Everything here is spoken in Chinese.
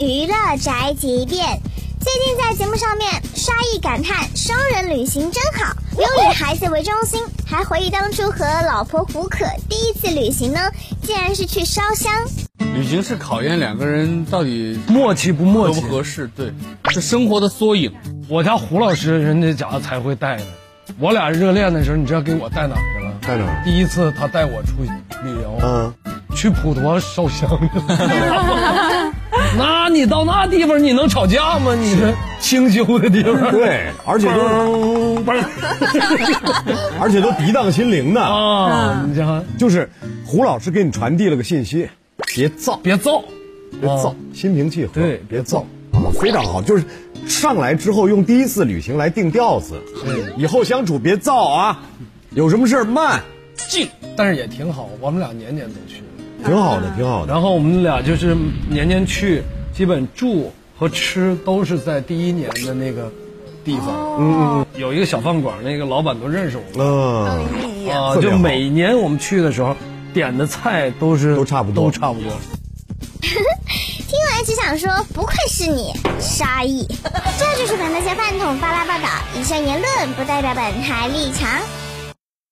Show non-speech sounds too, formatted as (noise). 娱乐宅急便。最近在节目上面，沙溢感叹双人旅行真好，不用以孩子为中心，还回忆当初和老婆胡可第一次旅行呢，竟然是去烧香。旅行是考验两个人到底默契不默合不契？合适，对，是生活的缩影。我家胡老师人家家才会带呢。我俩热恋的时候，你知道给我带哪儿去了？在哪儿？第一次他带我出去旅游，嗯，去普陀烧香去 (laughs) 了。那你到那地方你能吵架吗？你这清修的地方 (laughs) 对，而且都，而且都涤荡心灵的，嗯啊，你这就是胡老师给你传递了个信息，别躁，别躁，别躁啊，心平气和，对别躁啊，非常好，就是上来之后用第一次旅行来定调子，以后相处别躁啊，有什么事儿慢，静，但是也挺好。我们俩年年都去，挺好的，挺好的。然后我们俩就是年年去，基本住和吃都是在第一年的那个地方。哦嗯，有一个小饭馆，那个老板都认识我们。嗯，啊，特别就好每年我们去的时候，点的菜都是都差不多都差不多。听完只想说，不愧是你，沙溢。这就是本台饭桶巴拉报道，以上言论不代表本台立场。